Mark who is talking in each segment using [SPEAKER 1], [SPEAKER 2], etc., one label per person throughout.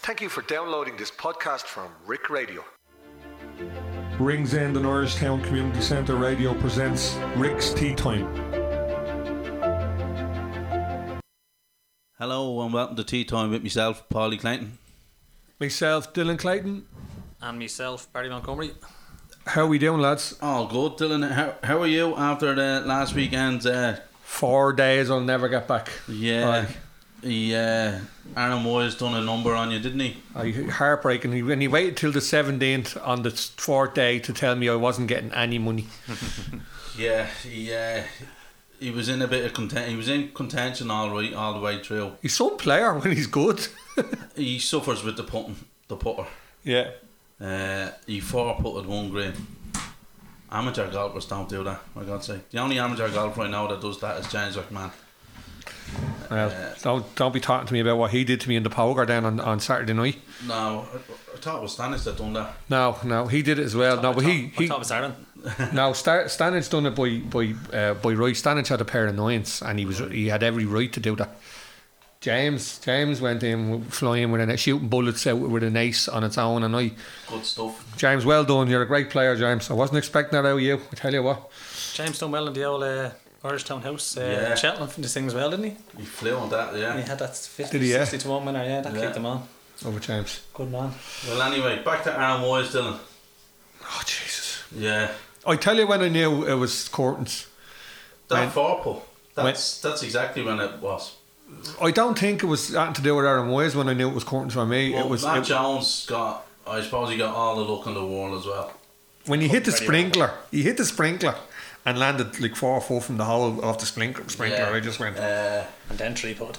[SPEAKER 1] Thank you for downloading this podcast from Rick Radio.
[SPEAKER 2] Rings End and Irishtown Community Centre Radio presents Rick's Tea Time.
[SPEAKER 3] Hello and welcome to Tea Time with myself, Paulie Clayton.
[SPEAKER 2] Myself, Dylan Clayton.
[SPEAKER 4] And myself, Barry Montgomery.
[SPEAKER 2] How we doing, lads?
[SPEAKER 3] All good, Dylan. How, how are you after the last weekend's uh,
[SPEAKER 2] Four days, I'll never get back.
[SPEAKER 3] yeah, yeah? Aaron Moyes done a number on you, didn't he?
[SPEAKER 2] I, I heartbreaking. He, and he waited till the seventeenth on the s- fourth day to tell me I wasn't getting any money.
[SPEAKER 3] Yeah, he uh, he was in a bit of content. He was in contention all right, all the way through.
[SPEAKER 2] He's some player when he's good.
[SPEAKER 3] He suffers with the putting, the putter.
[SPEAKER 2] yeah.
[SPEAKER 3] Uh, he four putted one green. Amateur golfers don't do that. For God's sake, the only amateur golfer I know that does that is James McMahon.
[SPEAKER 2] Well, don't don't be talking to me about what he did to me in the poker down on, on Saturday night.
[SPEAKER 3] No, I, I thought it was Stanis that done that.
[SPEAKER 2] No, no, he did it as well. No, but he
[SPEAKER 4] I
[SPEAKER 2] he
[SPEAKER 4] thought it was Aaron.
[SPEAKER 2] Now Star- Stanage done it by by uh, by right. Stanage had a pair of nines, and he was he had every right to do that. James James went in with- flying with an shooting bullets out with an ace on its own, and I
[SPEAKER 3] Good stuff.
[SPEAKER 2] James, well done. You're a great player, James. I wasn't expecting that out of you. I tell you what,
[SPEAKER 4] James done well in the old uh, Irish Town House uh,
[SPEAKER 3] Yeah.
[SPEAKER 4] in Cheltenham from the thing as well, didn't he?
[SPEAKER 3] He flew on that,
[SPEAKER 4] And
[SPEAKER 3] yeah.
[SPEAKER 4] he had that 50,
[SPEAKER 2] Did he, yeah?
[SPEAKER 4] 60 to 1 winner, yeah, that
[SPEAKER 3] Yeah.
[SPEAKER 4] kicked him on.
[SPEAKER 2] over James.
[SPEAKER 4] Good man.
[SPEAKER 3] Well, anyway, back to Aaron Wise, Dylan.
[SPEAKER 2] Oh Jesus!
[SPEAKER 3] Yeah,
[SPEAKER 2] I tell you when I knew it was curtains.
[SPEAKER 3] that
[SPEAKER 2] When-
[SPEAKER 3] four pull. That's that's exactly when it was.
[SPEAKER 2] I don't think it was nothing to do with Aaron Wise when I knew it was curtains for me.
[SPEAKER 3] Well,
[SPEAKER 2] it was
[SPEAKER 3] Matt
[SPEAKER 2] it-
[SPEAKER 3] Jones got. I suppose he got all the luck in the world as well.
[SPEAKER 2] when
[SPEAKER 3] Oh,
[SPEAKER 2] he hit the
[SPEAKER 4] Pretty
[SPEAKER 2] sprinkler. He hit the sprinkler and landed like four or four from the hole off the sprinkler. Sprinkler.
[SPEAKER 3] Yeah.
[SPEAKER 2] I just went.
[SPEAKER 3] Uh,
[SPEAKER 4] And then three put.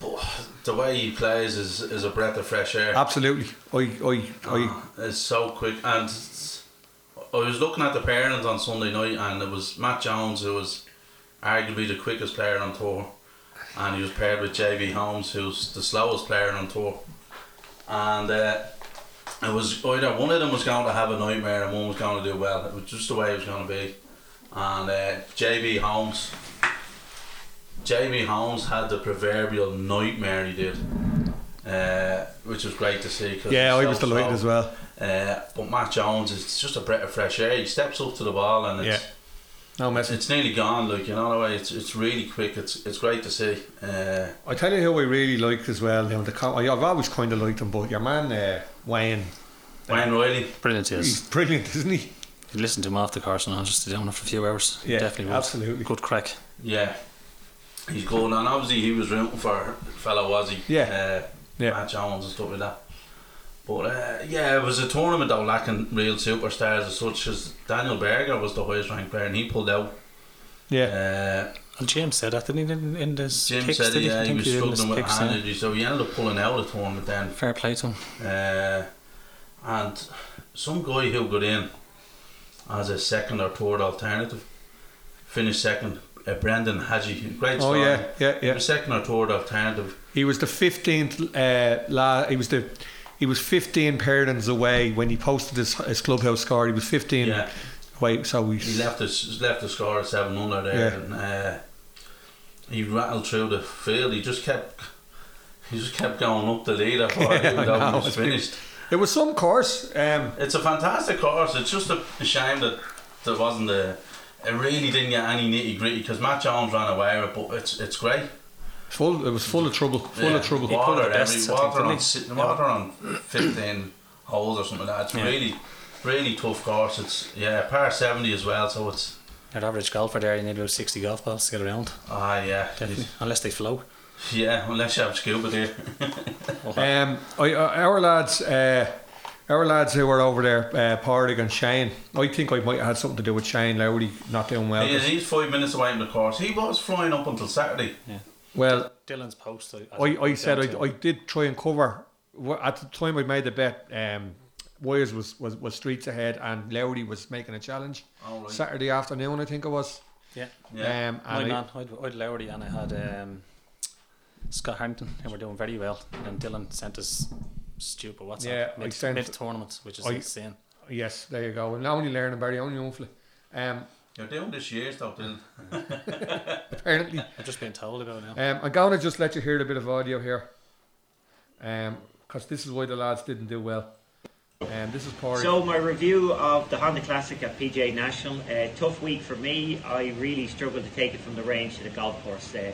[SPEAKER 3] but the way he plays is is a breath of fresh air.
[SPEAKER 2] Absolutely. I, I, I,
[SPEAKER 3] It's so quick, and it's- I was looking at the pairings on Sunday night, and it was Matt Jones who was arguably the quickest player on tour, and he was paired with JV Holmes, who's the slowest player on tour, and uh, it was either one of them was going to have a nightmare and one was going to do well. It was just the way it was going to be, and uh, JV Holmes. JB Holmes had the proverbial nightmare he did, uh, which was great to see. 'cause
[SPEAKER 2] yeah,
[SPEAKER 3] he's
[SPEAKER 2] I
[SPEAKER 3] so
[SPEAKER 2] was
[SPEAKER 3] slow.
[SPEAKER 2] delighted as well.
[SPEAKER 3] Uh, but Matt Jones, it's just a breath of fresh air. He steps up to the ball and it's
[SPEAKER 2] No message.
[SPEAKER 3] it's nearly gone. Like you know, the way it's it's really quick. It's it's great to see. Uh,
[SPEAKER 2] I tell you who I really liked as well. Now, the com- I- I've always kind of liked him, but your man uh, Wayne,
[SPEAKER 3] Wayne Riley,
[SPEAKER 4] Brilliant,
[SPEAKER 2] he's brilliant, isn't he?
[SPEAKER 4] You listen to him after Carson, I was just down there for a few hours.
[SPEAKER 2] Yeah,
[SPEAKER 4] Definitely was.
[SPEAKER 2] absolutely.
[SPEAKER 4] Good crack.
[SPEAKER 3] yeah, he's good. And obviously he was rooting for fellow Wazzy.
[SPEAKER 2] Yeah.
[SPEAKER 3] Uh,
[SPEAKER 2] Yeah.
[SPEAKER 3] Matt Jones and stuff like that. But uh, yeah, it was a tournament though lacking real superstars as such. Because Daniel Berger was the highest ranked player and he pulled out.
[SPEAKER 2] Yeah.
[SPEAKER 3] Uh,
[SPEAKER 4] And James said that, didn't he? In, in this
[SPEAKER 3] Jim
[SPEAKER 4] kicks,
[SPEAKER 3] said
[SPEAKER 4] did he? I
[SPEAKER 3] yeah, he
[SPEAKER 4] think
[SPEAKER 3] was
[SPEAKER 4] did in his
[SPEAKER 3] struggling with
[SPEAKER 4] kicks,
[SPEAKER 3] hand
[SPEAKER 4] yeah.
[SPEAKER 3] injury, so he ended up pulling out of the tournament then.
[SPEAKER 4] Fair play to him.
[SPEAKER 3] Uh, and some guy who got in as a second or third alternative finished second. Uh, Brendan Hadji, great
[SPEAKER 2] Oh,
[SPEAKER 3] story.
[SPEAKER 2] yeah, yeah,
[SPEAKER 3] He
[SPEAKER 2] yeah.
[SPEAKER 3] was second or third alternative.
[SPEAKER 2] He was the 15th, uh, la- he was the. He was 15 pairings away when he posted his, his clubhouse score. He was 15
[SPEAKER 3] Yeah.
[SPEAKER 2] away, so we.
[SPEAKER 3] He left us left the score at seven under there,
[SPEAKER 2] Yeah.
[SPEAKER 3] and uh, he rattled through the field. He just kept he just kept going up the leader, for it,
[SPEAKER 2] Yeah, I
[SPEAKER 3] even though
[SPEAKER 2] know,
[SPEAKER 3] he was
[SPEAKER 2] it's been-
[SPEAKER 3] finished.
[SPEAKER 2] It was some course. Um,
[SPEAKER 3] It's a fantastic course. It's just a a shame that there wasn't a. It really didn't get any nitty gritty because Matt Jones ran away with it, but it's it's great.
[SPEAKER 2] full. It was full of trouble. Full
[SPEAKER 3] Yeah.
[SPEAKER 2] of trouble.
[SPEAKER 3] Water,
[SPEAKER 4] the best,
[SPEAKER 3] every-
[SPEAKER 4] I think,
[SPEAKER 3] water,
[SPEAKER 4] didn't
[SPEAKER 3] on,
[SPEAKER 4] he?
[SPEAKER 3] si- water on 15 holes or something like that. It's
[SPEAKER 4] Yeah.
[SPEAKER 3] really, really tough course. It's, yeah, par 70 as well, so it's,
[SPEAKER 4] An average golfer there, you need about 60 golf balls to get around.
[SPEAKER 2] Oh,
[SPEAKER 3] ah, yeah.
[SPEAKER 4] Definitely. Unless they flow.
[SPEAKER 3] Yeah, unless you have scuba there.
[SPEAKER 2] Um, I, uh, our lads, uh, our lads who were over there, uh, Pardig and Shane. I think I might have had something to do with Shane Lowry not doing well.
[SPEAKER 3] He is, he's five minutes away from the course. He was flying up until Saturday.
[SPEAKER 2] Well,
[SPEAKER 4] Dylan's post.
[SPEAKER 2] I, I said I, I did try and cover. wh- At the time I made the bet, um, Wires was, was, was streets ahead and Lowry was making a challenge.
[SPEAKER 3] All right.
[SPEAKER 2] Saturday afternoon, I think it was.
[SPEAKER 4] Yeah.
[SPEAKER 3] Yeah.
[SPEAKER 2] Um,
[SPEAKER 4] My
[SPEAKER 2] and I-
[SPEAKER 4] man, I'd, I'd Lowry and I had um, Scott Harrington, and we're doing very well. And Dylan sent us stupid WhatsApp
[SPEAKER 2] Yeah, I
[SPEAKER 4] mid,
[SPEAKER 2] sent-
[SPEAKER 4] mid tournament, which is
[SPEAKER 2] I-
[SPEAKER 4] insane.
[SPEAKER 2] yes, there you go. And only learning Barry, only hopefully. Um,
[SPEAKER 3] You're doing this year, though, Dylan.
[SPEAKER 2] apparently.
[SPEAKER 4] I'm just being told about it now.
[SPEAKER 2] Um, I'm going to just let you hear a bit of audio here. Um, because this is why the lads didn't do well. Um, this is Pori.
[SPEAKER 5] So my review of the Honda Classic at PJ National, uh, tough week for me. I really struggled to take it from the range to the golf course. Uh,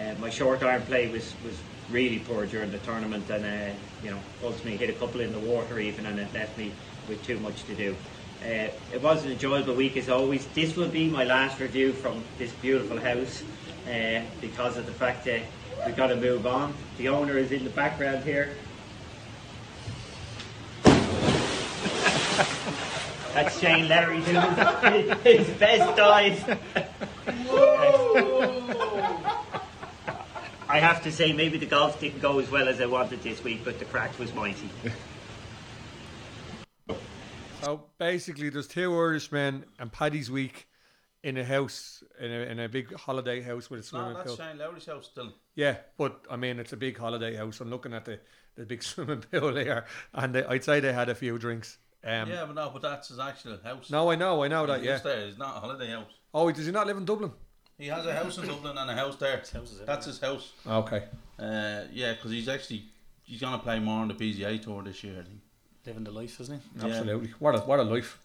[SPEAKER 5] uh, my short iron play was, was really poor during the tournament, and uh, you know ultimately hit a couple in the water even, and it left me with too much to do. Uh, it was an enjoyable week as always. This will be my last review from this beautiful house uh, because of the fact that we've got to move on. The owner is in the background here. That's Shane Larry doing his best dive. I have to say, maybe the golf didn't go as well as I wanted this week, but the crack was mighty.
[SPEAKER 2] So Oh, basically, there's two Irishmen and Paddy's week in a house in a, in a big holiday house with a
[SPEAKER 3] No,
[SPEAKER 2] swimming
[SPEAKER 3] Oh, that's
[SPEAKER 2] pool.
[SPEAKER 3] Shane Lowry's house still.
[SPEAKER 2] Yeah, but I mean, it's a big holiday house. I'm looking at the, the big swimming pool there, and they, I'd say they had a few drinks. Um,
[SPEAKER 3] Yeah, but no, but that's his actual house.
[SPEAKER 2] No, I know, I know that. Yeah.
[SPEAKER 3] It's there. It's not a holiday house.
[SPEAKER 2] Oh, does he not live in Dublin?
[SPEAKER 3] He has a house in Dublin and a house there.
[SPEAKER 4] house is
[SPEAKER 3] That's his house.
[SPEAKER 2] Okay.
[SPEAKER 3] Uh, yeah, because he's actually he's gonna play more on the PGA tour this year. I think.
[SPEAKER 4] Living the life, isn't he?
[SPEAKER 2] Absolutely. What a what a life.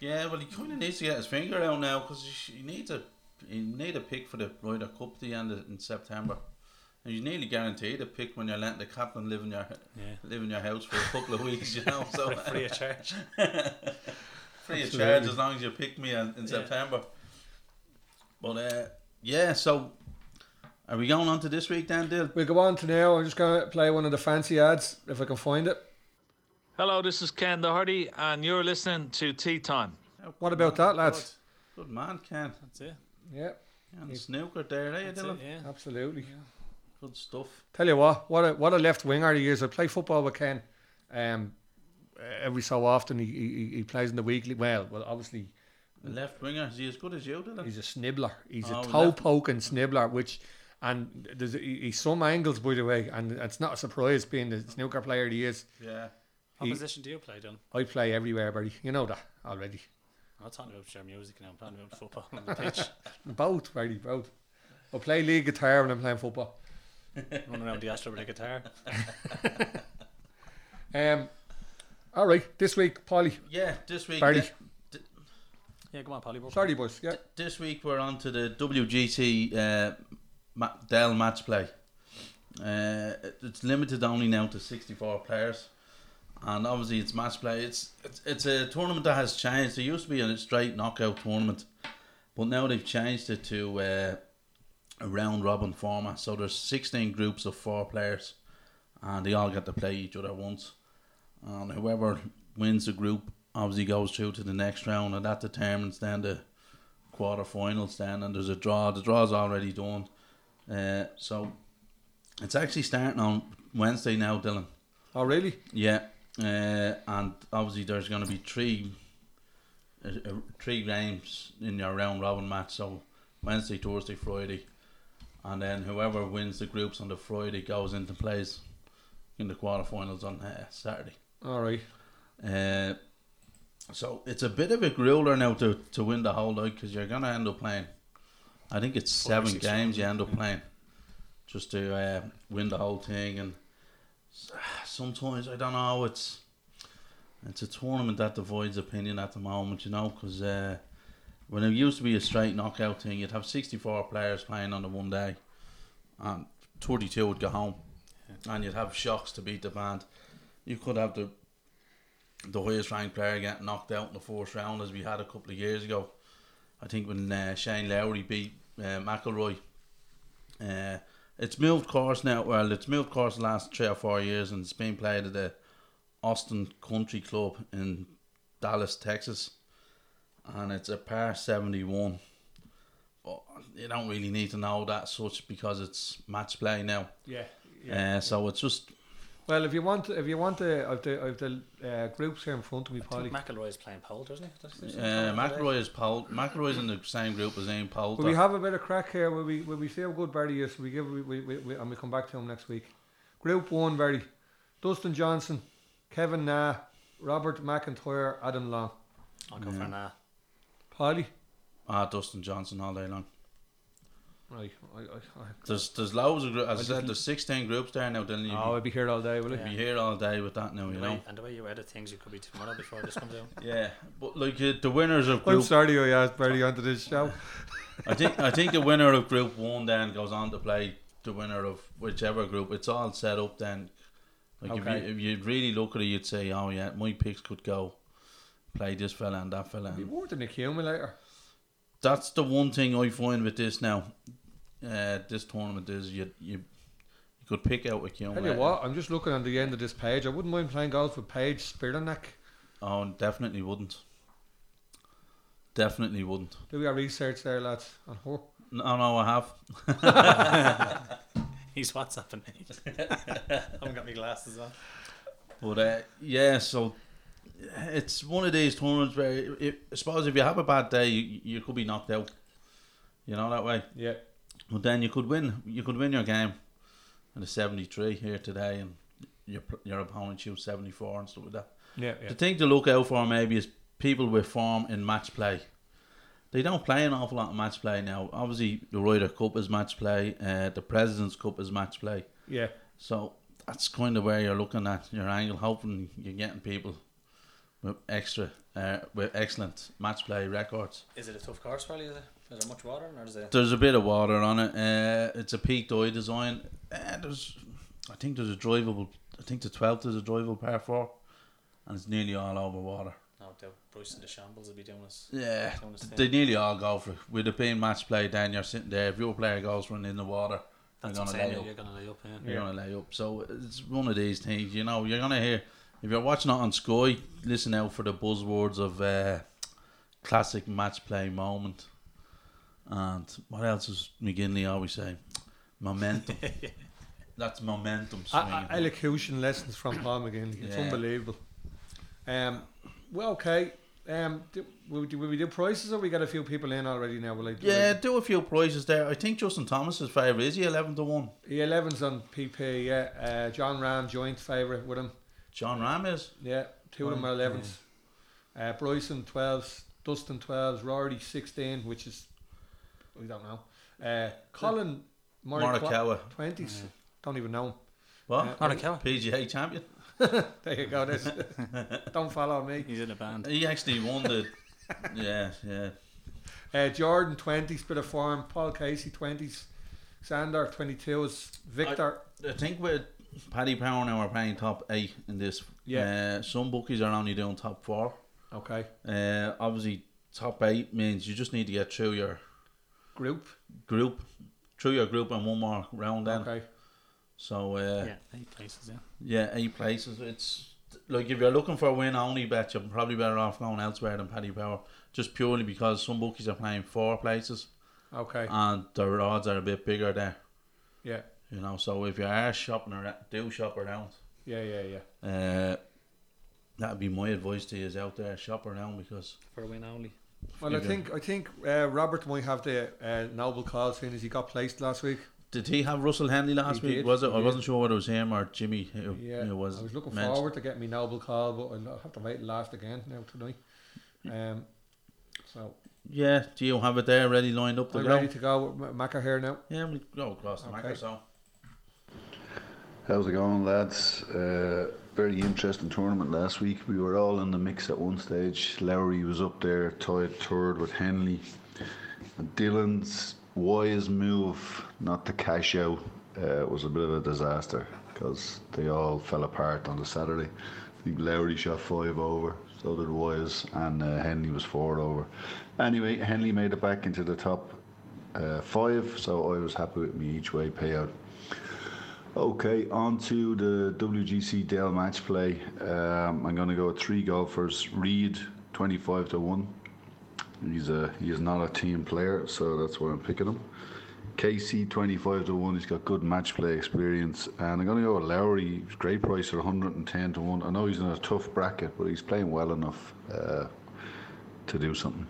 [SPEAKER 3] Yeah, well, he kind of needs to get his finger out now because he, he needs a he need a pick for the Ryder Cup at the end of, in September. And you're nearly guaranteed a pick when you're letting the captain live in your
[SPEAKER 4] Yeah.
[SPEAKER 3] live in your house for a couple of weeks, you know. So uh,
[SPEAKER 4] Free of charge.
[SPEAKER 3] free of
[SPEAKER 2] Absolutely.
[SPEAKER 3] charge as long as you pick me in, in September. But uh, yeah, so are we going on to this week then, Dil?
[SPEAKER 2] We'll go on to now. I'm just gonna play one of the fancy ads if I can find it.
[SPEAKER 6] Hello, this is Ken Doherty, and you're listening to Tea Time.
[SPEAKER 2] What about that, lads?
[SPEAKER 3] Good man, Ken
[SPEAKER 4] That's it.
[SPEAKER 2] Yeah,
[SPEAKER 3] and Snooker there, eh,
[SPEAKER 4] That's
[SPEAKER 3] Dylan?
[SPEAKER 4] it, yeah.
[SPEAKER 2] absolutely.
[SPEAKER 3] Good stuff.
[SPEAKER 2] Tell you what, what a what a left winger he is. I play football with Ken. Um, every so often he he, he plays in the weekly. Well, well, obviously
[SPEAKER 3] A left winger, is he as good as you, Dylan?
[SPEAKER 2] He's a snibbler. He's
[SPEAKER 3] Oh,
[SPEAKER 2] a toe
[SPEAKER 3] left-
[SPEAKER 2] poking snibbler, which and there's he- he's some angles by the way, and it's not a surprise being the snooker player he is.
[SPEAKER 3] yeah.
[SPEAKER 4] What
[SPEAKER 2] He-
[SPEAKER 4] position do you play, Dylan?
[SPEAKER 2] I play everywhere, buddy. You know that already.
[SPEAKER 4] I'm not talking about your music now. I'm talking about football on the pitch.
[SPEAKER 2] Both, buddy, both. I play league guitar when I'm playing football.
[SPEAKER 4] Running around the Astro with a guitar.
[SPEAKER 2] Um, all right, this week, Polly.
[SPEAKER 3] Yeah, this week. eh,
[SPEAKER 2] Barty.
[SPEAKER 4] Yeah, come on, Polly. Burke.
[SPEAKER 2] Sorry, boys. Yeah,
[SPEAKER 3] This week we're on to the WGT uh, Ma- Dell match play. Uh, it's limited only now to 64 players, and obviously it's match play. It's, it's it's a tournament that has changed. It used to be a straight knockout tournament, but now they've changed it to uh, a round robin format. So there's 16 groups of four players, and they all get to play each other once. And Um, whoever wins the group obviously goes through to the next round, and that determines then the quarterfinals then and there's a draw. The draw's already done. Uh, so it's actually starting on Wednesday now, Dylan.
[SPEAKER 2] oh really?
[SPEAKER 3] Yeah. Uh, and obviously there's going to be three uh, uh, three games in your round robin match. So Wednesday, Thursday, Friday. And then whoever wins the groups on the Friday goes into plays in the quarterfinals on uh, Saturday.
[SPEAKER 2] All right.
[SPEAKER 3] Uh, so it's a bit of a grueler now to, to win the whole lot because you're going to end up playing. I think it's
[SPEAKER 4] Four or
[SPEAKER 3] seven
[SPEAKER 4] six
[SPEAKER 3] games you end up playing just to uh, win the whole thing. And s- sometimes I don't know. It's it's a tournament that divides opinion at the moment, you know, because uh, when it used to be a straight knockout thing, you'd have sixty four players playing on the one day, and thirty two would go home, and you'd have shocks to beat the band. You could have the the highest ranked player get knocked out in the first round as we had a couple of years ago. I think when uh, Shane Lowry beat uh, McElroy. Uh, it's moved course now. Well, it's moved course the last three or four years, and it's been played at the Austin Country Club in Dallas, Texas, and it's a par seventy-one. But you don't really need to know that such because it's match play now.
[SPEAKER 2] Yeah.
[SPEAKER 3] Uh, so it's just
[SPEAKER 2] Well, if you want, if you want the, I've the, I've the uh, groups here in front of me,
[SPEAKER 4] I
[SPEAKER 2] Polly.
[SPEAKER 4] think McElroy's playing pole, doesn't he? That's- that's-
[SPEAKER 3] uh, McElroy is Paul. McElroy's in the same group as Ian Poulter.
[SPEAKER 2] Will we have a bit of crack here? Will we, will we see how good Barry is? We give, we, we, we, and we come back to him next week. Group one, Barry, Dustin Johnson, Kevin Na, Robert McIntyre, Adam Long,
[SPEAKER 4] I'll go for an uh,
[SPEAKER 2] Polly.
[SPEAKER 3] Ah, Dustin Johnson all day long.
[SPEAKER 2] Right. I, I, I,
[SPEAKER 3] There's there's loads of groups. As I
[SPEAKER 2] just-
[SPEAKER 3] said, there's 16 groups there now. Then you
[SPEAKER 2] oh, I'd be here all day, will I?
[SPEAKER 3] be here all day with that now, you
[SPEAKER 4] The way-
[SPEAKER 3] know.
[SPEAKER 4] and the way you edit things, you could be tomorrow before this comes out.
[SPEAKER 3] Yeah, but like uh, the winners of
[SPEAKER 2] I'm
[SPEAKER 3] group,
[SPEAKER 2] sorry I asked Bertie onto this show.
[SPEAKER 3] I think I think the winner of group one then goes on to play the winner of whichever group. It's all set up then. Like
[SPEAKER 2] Okay.
[SPEAKER 3] if you if you really look at it, you'd say, oh yeah, my picks could go play this fella and that fella.
[SPEAKER 2] Be
[SPEAKER 3] And
[SPEAKER 2] more than accumulator.
[SPEAKER 3] that's the one thing I find with this now. Uh, this tournament is you you you could pick out a Keown.
[SPEAKER 2] Tell you what, I'm just looking on the end of this page. I wouldn't mind playing golf with Paige Spiranek.
[SPEAKER 3] Oh, definitely wouldn't. Definitely wouldn't.
[SPEAKER 2] Do our research there, lads, on her.
[SPEAKER 3] No, no, I have.
[SPEAKER 4] He's WhatsApping me. I haven't got my glasses on.
[SPEAKER 3] But uh, yeah, so it's one of these tournaments where, if, I suppose, if you have a bad day, you, you could be knocked out. You know that way.
[SPEAKER 2] Yeah.
[SPEAKER 3] But then you could win. You could win your game at a seventy-three here today, and your your opponent shoots seventy-four and stuff like that.
[SPEAKER 2] Yeah, yeah.
[SPEAKER 3] The thing to look out for maybe is people with form in match play. They don't play an awful lot of match play now. Obviously, the Ryder Cup is match play. Uh, the President's Cup is match play.
[SPEAKER 2] Yeah.
[SPEAKER 3] So that's kind of where you're looking at your angle, hoping you're getting people with extra, uh, with excellent match play records.
[SPEAKER 4] Is it a tough course, probably? Is, it? is there much water? Or is it...
[SPEAKER 3] There's a bit of water on it. Uh, it's a peak dye design. Uh, there's, I think there's a drivable. I think the twelfth is a drivable par four, and it's nearly all over water.
[SPEAKER 4] No, doubt Bruce and the Shambles will be doing this.
[SPEAKER 3] Yeah,
[SPEAKER 4] Doing this
[SPEAKER 3] they
[SPEAKER 4] thing.
[SPEAKER 3] nearly all go for it. With it being match play, then you're sitting there. If your player goes running in the water,
[SPEAKER 4] That's
[SPEAKER 3] you're
[SPEAKER 4] what
[SPEAKER 3] gonna
[SPEAKER 4] I'm
[SPEAKER 3] lay
[SPEAKER 4] saying.
[SPEAKER 3] up.
[SPEAKER 4] You're going to lay up, yeah.
[SPEAKER 3] you're gonna lay up. So it's one of these things, you know. You're gonna hear if you're watching it on Sky, listen out for the buzzwords of uh, classic match play moment, and what else does McGinley always say? Momentum. That's momentum swinging.
[SPEAKER 2] I, I, elocution lessons from Paul McGinley. It's
[SPEAKER 3] Yeah.
[SPEAKER 2] unbelievable. Um, well, okay. Um, do, will, do, will we do prices or we got a few people in already now? Will I do
[SPEAKER 3] yeah, do a few prices there. I think Justin Thomas's favourite is he eleven to one.
[SPEAKER 2] The 11's on PP, yeah. Uh, John Ram, joint favourite with him.
[SPEAKER 3] John Ram is.
[SPEAKER 2] Yeah, two of them are 11s. Uh, Bryson, 12s. Dustin, 12s. Rory, 16, which is, we don't know. Uh, Colin
[SPEAKER 3] Morikawa.
[SPEAKER 2] Morikawa, 20s. Don't even know him.
[SPEAKER 3] What?
[SPEAKER 4] Not a killer.
[SPEAKER 3] PGA champion.
[SPEAKER 2] There you go. This. don't follow me.
[SPEAKER 4] He's in a band.
[SPEAKER 3] He actually won the. yeah, yeah.
[SPEAKER 2] Uh, Jordan, 20s, bit of form. Paul Casey, 20s. Sander, 22s. Victor,
[SPEAKER 3] I think with Paddy Power now are playing top eight in this.
[SPEAKER 2] Yeah.
[SPEAKER 3] Uh, some bookies are only doing top four.
[SPEAKER 2] okay.
[SPEAKER 3] Uh, obviously, top eight means you just need to get through your
[SPEAKER 2] Group,
[SPEAKER 3] group, through your group, and one more round. Then,
[SPEAKER 2] okay.
[SPEAKER 3] so uh, yeah.
[SPEAKER 4] Yeah, eight places, yeah.
[SPEAKER 3] eight places. It's like if you're looking for a win only bet, you're probably better off going elsewhere than Paddy Power, just purely because some bookies are playing four places
[SPEAKER 2] Okay,
[SPEAKER 3] and their odds are a bit bigger there.
[SPEAKER 2] yeah.
[SPEAKER 3] You know, so if you are shopping around, do shop around.
[SPEAKER 2] Yeah, yeah, yeah.
[SPEAKER 3] Uh, that'd be my advice to you is out there shop around because
[SPEAKER 4] For a win only.
[SPEAKER 2] Well, I
[SPEAKER 3] Yeah.
[SPEAKER 2] think I think uh, Robert might have the uh, noble cause seeing as he got placed last week.
[SPEAKER 3] did he have Russell Henley last
[SPEAKER 2] He
[SPEAKER 3] week?
[SPEAKER 2] did,
[SPEAKER 3] was it?
[SPEAKER 2] he
[SPEAKER 3] I
[SPEAKER 2] did.
[SPEAKER 3] wasn't sure whether it was him or Jimmy. Who,
[SPEAKER 2] Yeah,
[SPEAKER 3] who was
[SPEAKER 2] I was looking
[SPEAKER 3] mentioned.
[SPEAKER 2] forward to getting me noble call, but I'll have to wait till last again now tonight. Um, so
[SPEAKER 3] Yeah, do you have it there ready lined up to
[SPEAKER 2] I'm
[SPEAKER 3] go?
[SPEAKER 2] ready to go with M- Macker here now.
[SPEAKER 3] Yeah, we go across the
[SPEAKER 2] Okay.
[SPEAKER 3] marker. So
[SPEAKER 7] How's it going, lads? Uh, very interesting tournament last week. We were all in the mix at one stage. Lowry was up there, tied third with Henley. And Dylan's wise move not to cash out uh, was a bit of a disaster because they all fell apart on the Saturday. I think Lowry shot five over, so did Wise, and uh, Henley was four over. Anyway, Henley made it back into the top uh, five, so I was happy with me each way payout. Okay, on to the WGC Dale match play. Um, I'm going to go with three golfers. Reed, 25 to 1. He's a he is not a team player, so that's why I'm picking him. KC 25 to 1. He's got good match play experience. And I'm going to go with Lowry. He's great price at 110 to 1. I know he's in a tough bracket, but he's playing well enough uh, to do something.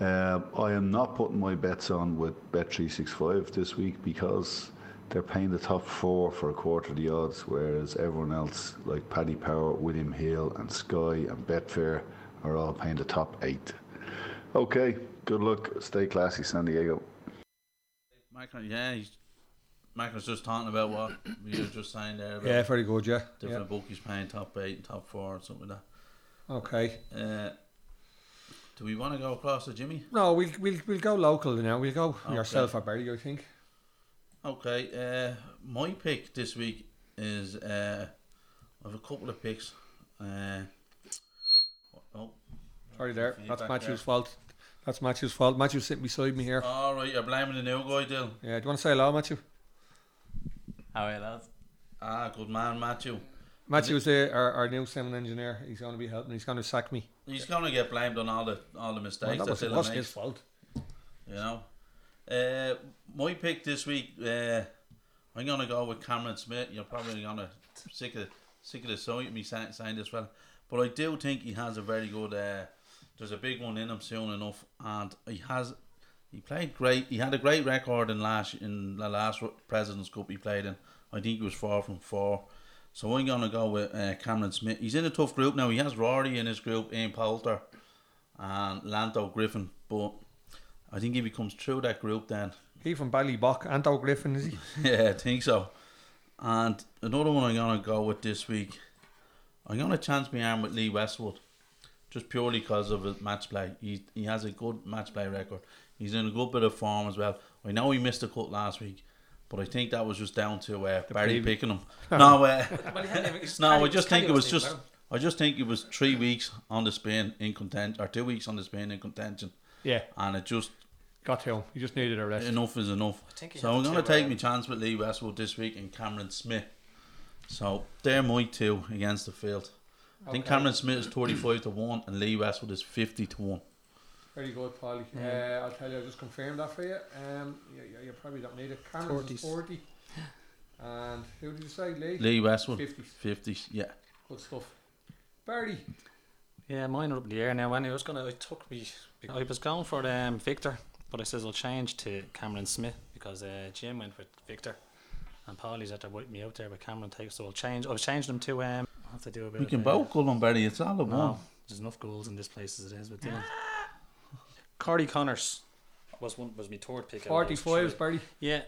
[SPEAKER 7] Uh, I am not putting my bets on with Bet365 this week because they're paying the top four for a quarter of the odds, whereas everyone else, like Paddy Power, William Hill, and Sky and Betfair, are all paying the top eight. Okay, good luck. Stay classy, San Diego.
[SPEAKER 3] Mackinac, yeah, he's, Mackinac's just talking about what we were just saying there about
[SPEAKER 2] Yeah, very good. Yeah. yeah.
[SPEAKER 3] different bookies paying top eight and top four and something like
[SPEAKER 2] Okay.
[SPEAKER 3] that. Uh, do we want to go across to Jimmy?
[SPEAKER 2] No, we'll we'll we'll go local now. We'll go
[SPEAKER 3] Okay.
[SPEAKER 2] yourself or Barry, I think.
[SPEAKER 3] Okay, uh, my pick this week is uh, I have a couple of picks. Uh, oh,
[SPEAKER 2] Sorry there.
[SPEAKER 3] Feedback
[SPEAKER 2] That's
[SPEAKER 3] there.
[SPEAKER 2] Matthew's fault. That's Matthew's fault. Matthew's sitting beside me here.
[SPEAKER 3] all right, you're blaming the new guy, Dill.
[SPEAKER 2] Yeah, do you want to say hello, Matthew?
[SPEAKER 4] How are you, lads?
[SPEAKER 3] Ah, good man, Matthew.
[SPEAKER 2] Matthew's the, our, our new sound engineer. He's going to be helping. He's going to sack me.
[SPEAKER 3] He's going to get blamed on all the all the
[SPEAKER 2] Well,
[SPEAKER 3] mistakes
[SPEAKER 2] that
[SPEAKER 3] that
[SPEAKER 2] was,
[SPEAKER 3] Dylan
[SPEAKER 2] was
[SPEAKER 3] makes.
[SPEAKER 2] his fault.
[SPEAKER 3] You know, uh, my pick this week, uh, I'm gonna go with Cameron Smith. You're probably gonna sick of sick of the sight of me saying, saying this fella, but I do think he has a very good. Uh, there's a big one in him soon enough, and he has. He played great. He had a great record in last in the last Presidents Cup he played in. I think he was four from four. So I'm gonna go with uh, Cameron Smith. He's in a tough group now. He has Rory in his group, Ian Poulter, and Lanto Griffin. But I think he becomes through that group then.
[SPEAKER 2] He from Ballybock. Anto Griffin, is he?
[SPEAKER 3] yeah, I think so. And another one I'm gonna go with this week. I'm gonna chance my arm with Lee Westwood, just purely because of his match play. He he has a good match play record. He's in a good bit of form as well. I know he missed a cut last week, but I think that was just down to uh, Barry
[SPEAKER 2] previ-
[SPEAKER 3] picking him. no, uh,
[SPEAKER 4] Well, he hadn't even- he's
[SPEAKER 3] no,
[SPEAKER 4] can't
[SPEAKER 3] I
[SPEAKER 4] even-
[SPEAKER 3] just
[SPEAKER 4] can't
[SPEAKER 3] think it
[SPEAKER 4] even
[SPEAKER 3] was
[SPEAKER 4] sneak
[SPEAKER 3] just.
[SPEAKER 4] around.
[SPEAKER 3] I just think it was three weeks on the spin in contention, or two weeks on the spin in contention,
[SPEAKER 2] Yeah,
[SPEAKER 3] and it just
[SPEAKER 2] got him. He just needed a rest.
[SPEAKER 3] enough is enough.
[SPEAKER 4] think he
[SPEAKER 3] So
[SPEAKER 4] had
[SPEAKER 3] I'm
[SPEAKER 4] the
[SPEAKER 3] going to
[SPEAKER 4] two,
[SPEAKER 3] take
[SPEAKER 4] uh,
[SPEAKER 3] my chance with Lee Westwood this week and Cameron Smith. So they're my two against the field. I think
[SPEAKER 2] Okay.
[SPEAKER 3] Cameron Smith is 35 to 1 and Lee Westwood is 50 to 1.
[SPEAKER 2] Very good, Polly. Uh, I'll tell you, I just confirmed that for you. Um, you, you, you probably don't need it. Cameron's is 40. And who did you say? Lee?
[SPEAKER 3] Lee Westwood,
[SPEAKER 2] 50.
[SPEAKER 3] 50, yeah.
[SPEAKER 2] Good stuff. Barry.
[SPEAKER 4] Yeah, mine are up in the air now. Anyway, I was gonna, I took me, I was going for um, Victor, but I says I'll change to Cameron Smith because uh, Jim went with Victor, and Paulie's had to wipe me out there with Cameron takes. So I'll change. I was changing them to um. I have to do a bit.
[SPEAKER 3] We
[SPEAKER 4] of,
[SPEAKER 3] can
[SPEAKER 4] uh,
[SPEAKER 3] both go on, Barry. It's all at one.
[SPEAKER 4] No, there's enough goals in this place as it is with Dylan. Cordy Connors was one was my third pick. out of those
[SPEAKER 2] 45,
[SPEAKER 4] three.
[SPEAKER 2] Barry.
[SPEAKER 4] Yeah,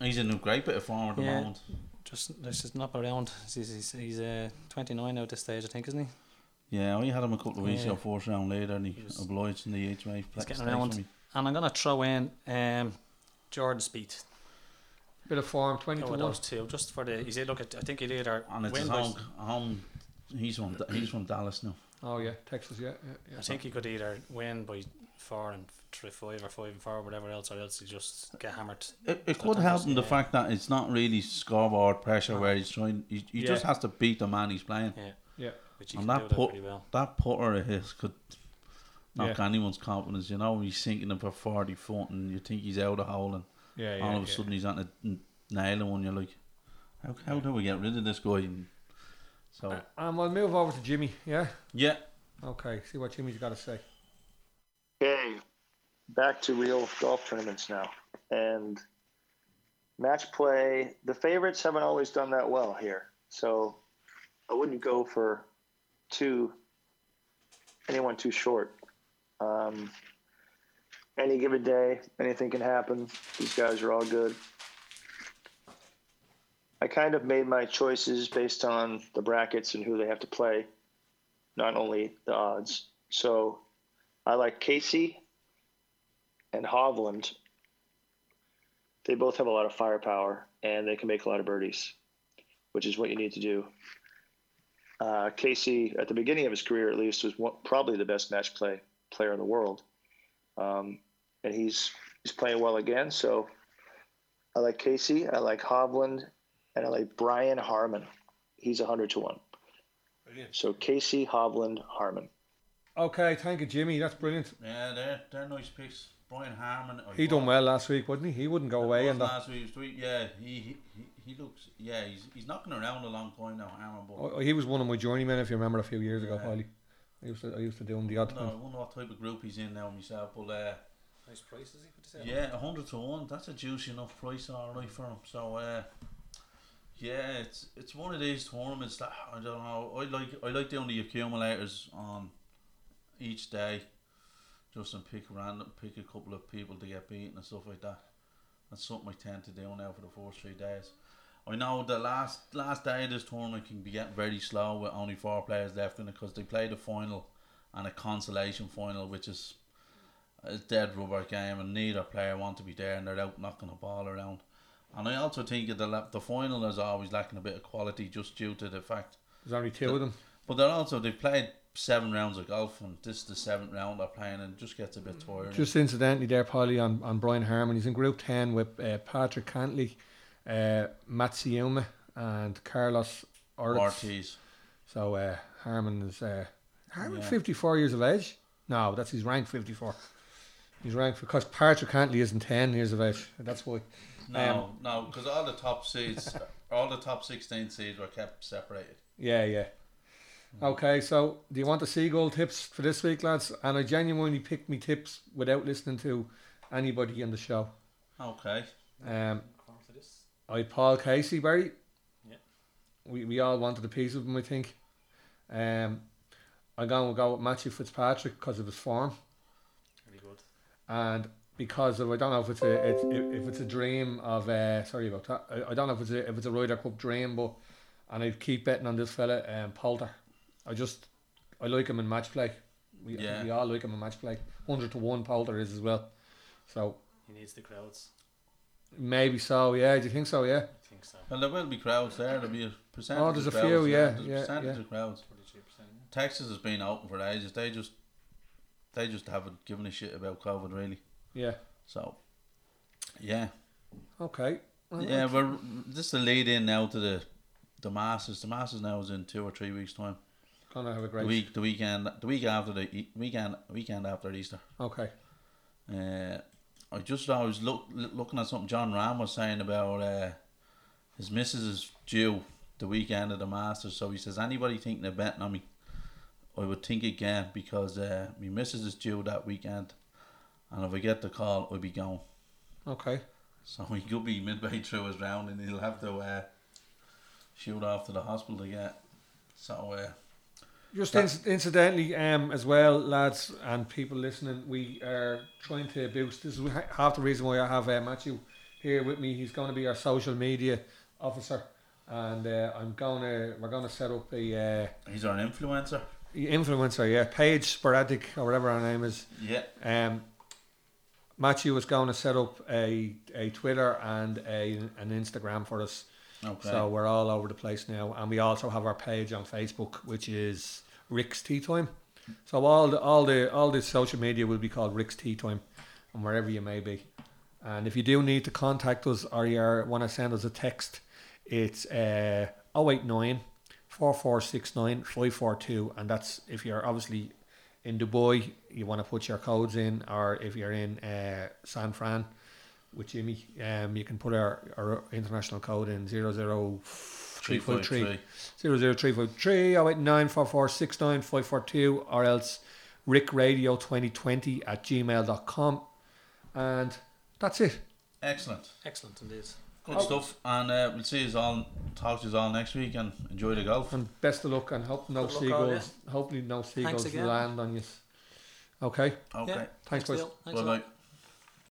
[SPEAKER 3] He's in a great bit of form at the
[SPEAKER 4] Yeah.
[SPEAKER 3] moment.
[SPEAKER 4] just let's just not around. He's he's, he's uh, 29 now at this stage, I think, isn't he?
[SPEAKER 3] Yeah, we had him a couple of weeks
[SPEAKER 4] Yeah.
[SPEAKER 3] ago, first round later, and he,
[SPEAKER 4] was-
[SPEAKER 3] obliged in the HMA.
[SPEAKER 4] He's
[SPEAKER 3] stakes
[SPEAKER 4] getting around.
[SPEAKER 3] for me.
[SPEAKER 4] And I'm gonna throw in um, Jordan Speed.
[SPEAKER 2] Bit of form, 20
[SPEAKER 4] Oh,
[SPEAKER 2] to
[SPEAKER 4] well,
[SPEAKER 2] 1.
[SPEAKER 4] those two, just for the. He said, look, at, I think he'd either
[SPEAKER 3] And it's
[SPEAKER 4] win
[SPEAKER 3] his
[SPEAKER 4] by,
[SPEAKER 3] home, home. He's from, he's from Dallas now.
[SPEAKER 2] Oh, yeah, Texas, yeah. yeah, yeah.
[SPEAKER 4] I think he could either win by four and three, five or five and four, whatever else, or else he just get hammered.
[SPEAKER 3] It, it
[SPEAKER 4] So
[SPEAKER 3] could
[SPEAKER 4] that
[SPEAKER 3] help
[SPEAKER 4] was-
[SPEAKER 3] him the
[SPEAKER 4] yeah.
[SPEAKER 3] fact that it's not really scoreboard pressure where he's trying. He, he just
[SPEAKER 2] Uh-huh. Yeah.
[SPEAKER 3] has to beat the man he's playing.
[SPEAKER 4] Yeah,
[SPEAKER 2] Yeah.
[SPEAKER 4] which he
[SPEAKER 3] And
[SPEAKER 4] can
[SPEAKER 3] that
[SPEAKER 4] do that
[SPEAKER 3] put-
[SPEAKER 4] pretty well.
[SPEAKER 3] That putter of his could knock
[SPEAKER 2] Yeah.
[SPEAKER 3] anyone's confidence. You know, he's sinking him for forty foot, and you think he's out of hole, and
[SPEAKER 2] Yeah, yeah,
[SPEAKER 3] all of a
[SPEAKER 2] yeah.
[SPEAKER 3] sudden he's at the n- nailing one. You're like, how, how do we get rid of this guy? And so
[SPEAKER 2] Um, I'll move over to Jimmy, yeah?
[SPEAKER 3] yeah,
[SPEAKER 2] Okay, see what Jimmy's got to say.
[SPEAKER 8] Okay, back to real golf tournaments now. And match play, the favorites haven't always done that well here. So I wouldn't go for too anyone too short. Um, any given day, anything can happen. These guys are all good. I kind of made my choices based on the brackets and who they have to play, not only the odds. So I like Casey and Hovland. They both have a lot of firepower and they can make a lot of birdies, which is what you need to do. Uh, Casey, at the beginning of his career at least, was one, probably the best match play player in the world, um, and he's he's playing well again. So I like Casey, I like Hovland, and I like Brian Harmon. He's hundred to one. So Casey, Hovland, Harmon.
[SPEAKER 2] Okay, thank you, Jimmy. That's brilliant.
[SPEAKER 3] yeah, they're they're nice picks. Brian Harmon. oh, I
[SPEAKER 2] He done
[SPEAKER 3] thought-
[SPEAKER 2] well last week, wouldn't he? He wouldn't go away.
[SPEAKER 3] was
[SPEAKER 2] And that.
[SPEAKER 3] last week's tweet, yeah, he, he he- he looks, yeah, he's he's knocking around a long time now, Harmon. But
[SPEAKER 2] Oh, he was one of my journeymen, if you remember, a few years ago,
[SPEAKER 3] Yeah.
[SPEAKER 2] Polly. I used to, I used to do him the odd
[SPEAKER 3] No, I
[SPEAKER 2] time.
[SPEAKER 3] wonder what type of group he's in now myself, but uh,
[SPEAKER 4] Nice prices, he could say.
[SPEAKER 3] yeah, a hundred to one, that's a juicy enough price alright for him. So uh, yeah, it's it's one of these tournaments that I don't know. I like I like doing the accumulators on each day. Just and pick random pick a couple of people to get beaten and stuff like that. That's something I tend to do now for the first three days. I know the last last day of this tournament can be getting very slow with only four players left in it because they play the final and a consolation final, which is a dead rubber game, and neither player want to be there, and they're out knocking the ball around. And I also think that the la- the final is always lacking a bit of quality just due to the fact
[SPEAKER 2] There's only two of them.
[SPEAKER 3] but then also they played seven rounds of golf, and this is the seventh round they're playing, and it just gets a bit tiring.
[SPEAKER 2] Just incidentally, there, Polly, on, on Brian Harmon. He's in group 10 with uh, Patrick Cantley, uh, Matsuyama, and Carlos Ortiz.
[SPEAKER 3] Ortiz.
[SPEAKER 2] So uh, Harmon is uh, Harmon
[SPEAKER 3] Yeah.
[SPEAKER 2] 54 years of age. No, that's his rank 54. He's ranked because Patrick Cantley isn't 10 years of age. That's why.
[SPEAKER 3] No,
[SPEAKER 2] Um,
[SPEAKER 3] no, because all the top seeds, all the top sixteen seeds were kept separated.
[SPEAKER 2] Yeah, yeah. Okay, so do you want the seagull tips for this week, lads? And I genuinely picked me tips without listening to anybody in the show.
[SPEAKER 3] Okay.
[SPEAKER 2] Um,
[SPEAKER 4] According to this.
[SPEAKER 2] I Paul Casey Barry.
[SPEAKER 4] Yeah.
[SPEAKER 2] We we all wanted a piece of him, I think. Um, I'm going to go with Matthew Fitzpatrick because of his form
[SPEAKER 4] Very good.
[SPEAKER 2] and because of I don't know if it's a it's, if if it's a dream of uh sorry about that I, I don't know if it's a if it's a Ryder Cup dream but and I keep betting on this fella um Poulter I just I like him in match play we,
[SPEAKER 3] Yeah.
[SPEAKER 2] we all like him in match play hundred to one Poulter is as well so
[SPEAKER 4] He needs the crowds.
[SPEAKER 2] maybe so yeah do you think so yeah
[SPEAKER 4] I think so.
[SPEAKER 3] Well, there will be crowds there. There'll be a percentage.
[SPEAKER 2] Oh, there's
[SPEAKER 3] of
[SPEAKER 2] a
[SPEAKER 3] crowds there.
[SPEAKER 2] few, yeah,
[SPEAKER 3] There's a
[SPEAKER 2] yeah,
[SPEAKER 3] percentage
[SPEAKER 2] yeah.
[SPEAKER 3] of crowds.
[SPEAKER 4] 42%.
[SPEAKER 3] Texas has been open for ages. They just, they just haven't given a shit about COVID really.
[SPEAKER 2] yeah
[SPEAKER 3] So, yeah,
[SPEAKER 2] okay Well,
[SPEAKER 3] yeah. We're this is the lead in now to the, the Masters. The Masters now is in two or three weeks time.
[SPEAKER 2] gonna have a
[SPEAKER 3] The
[SPEAKER 2] great
[SPEAKER 3] week, the weekend, the week after the e- weekend, weekend after Easter.
[SPEAKER 2] okay
[SPEAKER 3] Uh, I just I was look, l- looking at something John Ram was saying about uh, his missus is due the weekend of the Masters. So he says anybody thinking of betting on me, I would think again because uh, my missus is due that weekend, and if I get the call, I'll be gone.
[SPEAKER 2] okay
[SPEAKER 3] So he could be midway through his round, and he'll have to uh, shoot off to the hospital to get. So uh,
[SPEAKER 2] Just
[SPEAKER 3] That-
[SPEAKER 2] inc- incidentally, um, as well, lads and people listening, we are trying to boost. This is ha- half the reason why I have uh, Matthew here with me. He's going to be our social media officer, and uh, I'm gonna we're gonna set up a uh,
[SPEAKER 3] he's our influencer.
[SPEAKER 2] influencer, yeah, Paige Sporadic or whatever her name is.
[SPEAKER 3] Yeah,
[SPEAKER 2] Um, Matthew is going to set up a a Twitter and a an Instagram for us.
[SPEAKER 3] okay.
[SPEAKER 2] So we're all over the place now, and we also have our page on Facebook, which is Rick's Tea Time. So all the all the all the social media will be called Rick's Tea Time, and wherever you may be. And if you do need to contact us or you want to send us a text, it's uh, 089 4469 542. And that's if you're obviously in Dubai, you want to put your codes in, or if you're in uh, San Fran with Jimmy, um, you can put our, our international code in 00353.
[SPEAKER 3] 353.
[SPEAKER 2] 00353 089 4469 542 or else rickradio2020 at gmail.com. And that's it.
[SPEAKER 3] Excellent.
[SPEAKER 4] Excellent indeed.
[SPEAKER 3] Good stuff, and uh, we'll see you all, talk to you all next week, and enjoy the golf.
[SPEAKER 2] And best of luck and hope no
[SPEAKER 4] Good luck, all,
[SPEAKER 2] seagulls, hopefully no seagulls
[SPEAKER 4] again.
[SPEAKER 2] land on you. Okay,
[SPEAKER 3] Okay.
[SPEAKER 4] Yeah.
[SPEAKER 2] thanks, guys.
[SPEAKER 4] Neil. Thanks a
[SPEAKER 3] Bye
[SPEAKER 4] lot.
[SPEAKER 3] bye.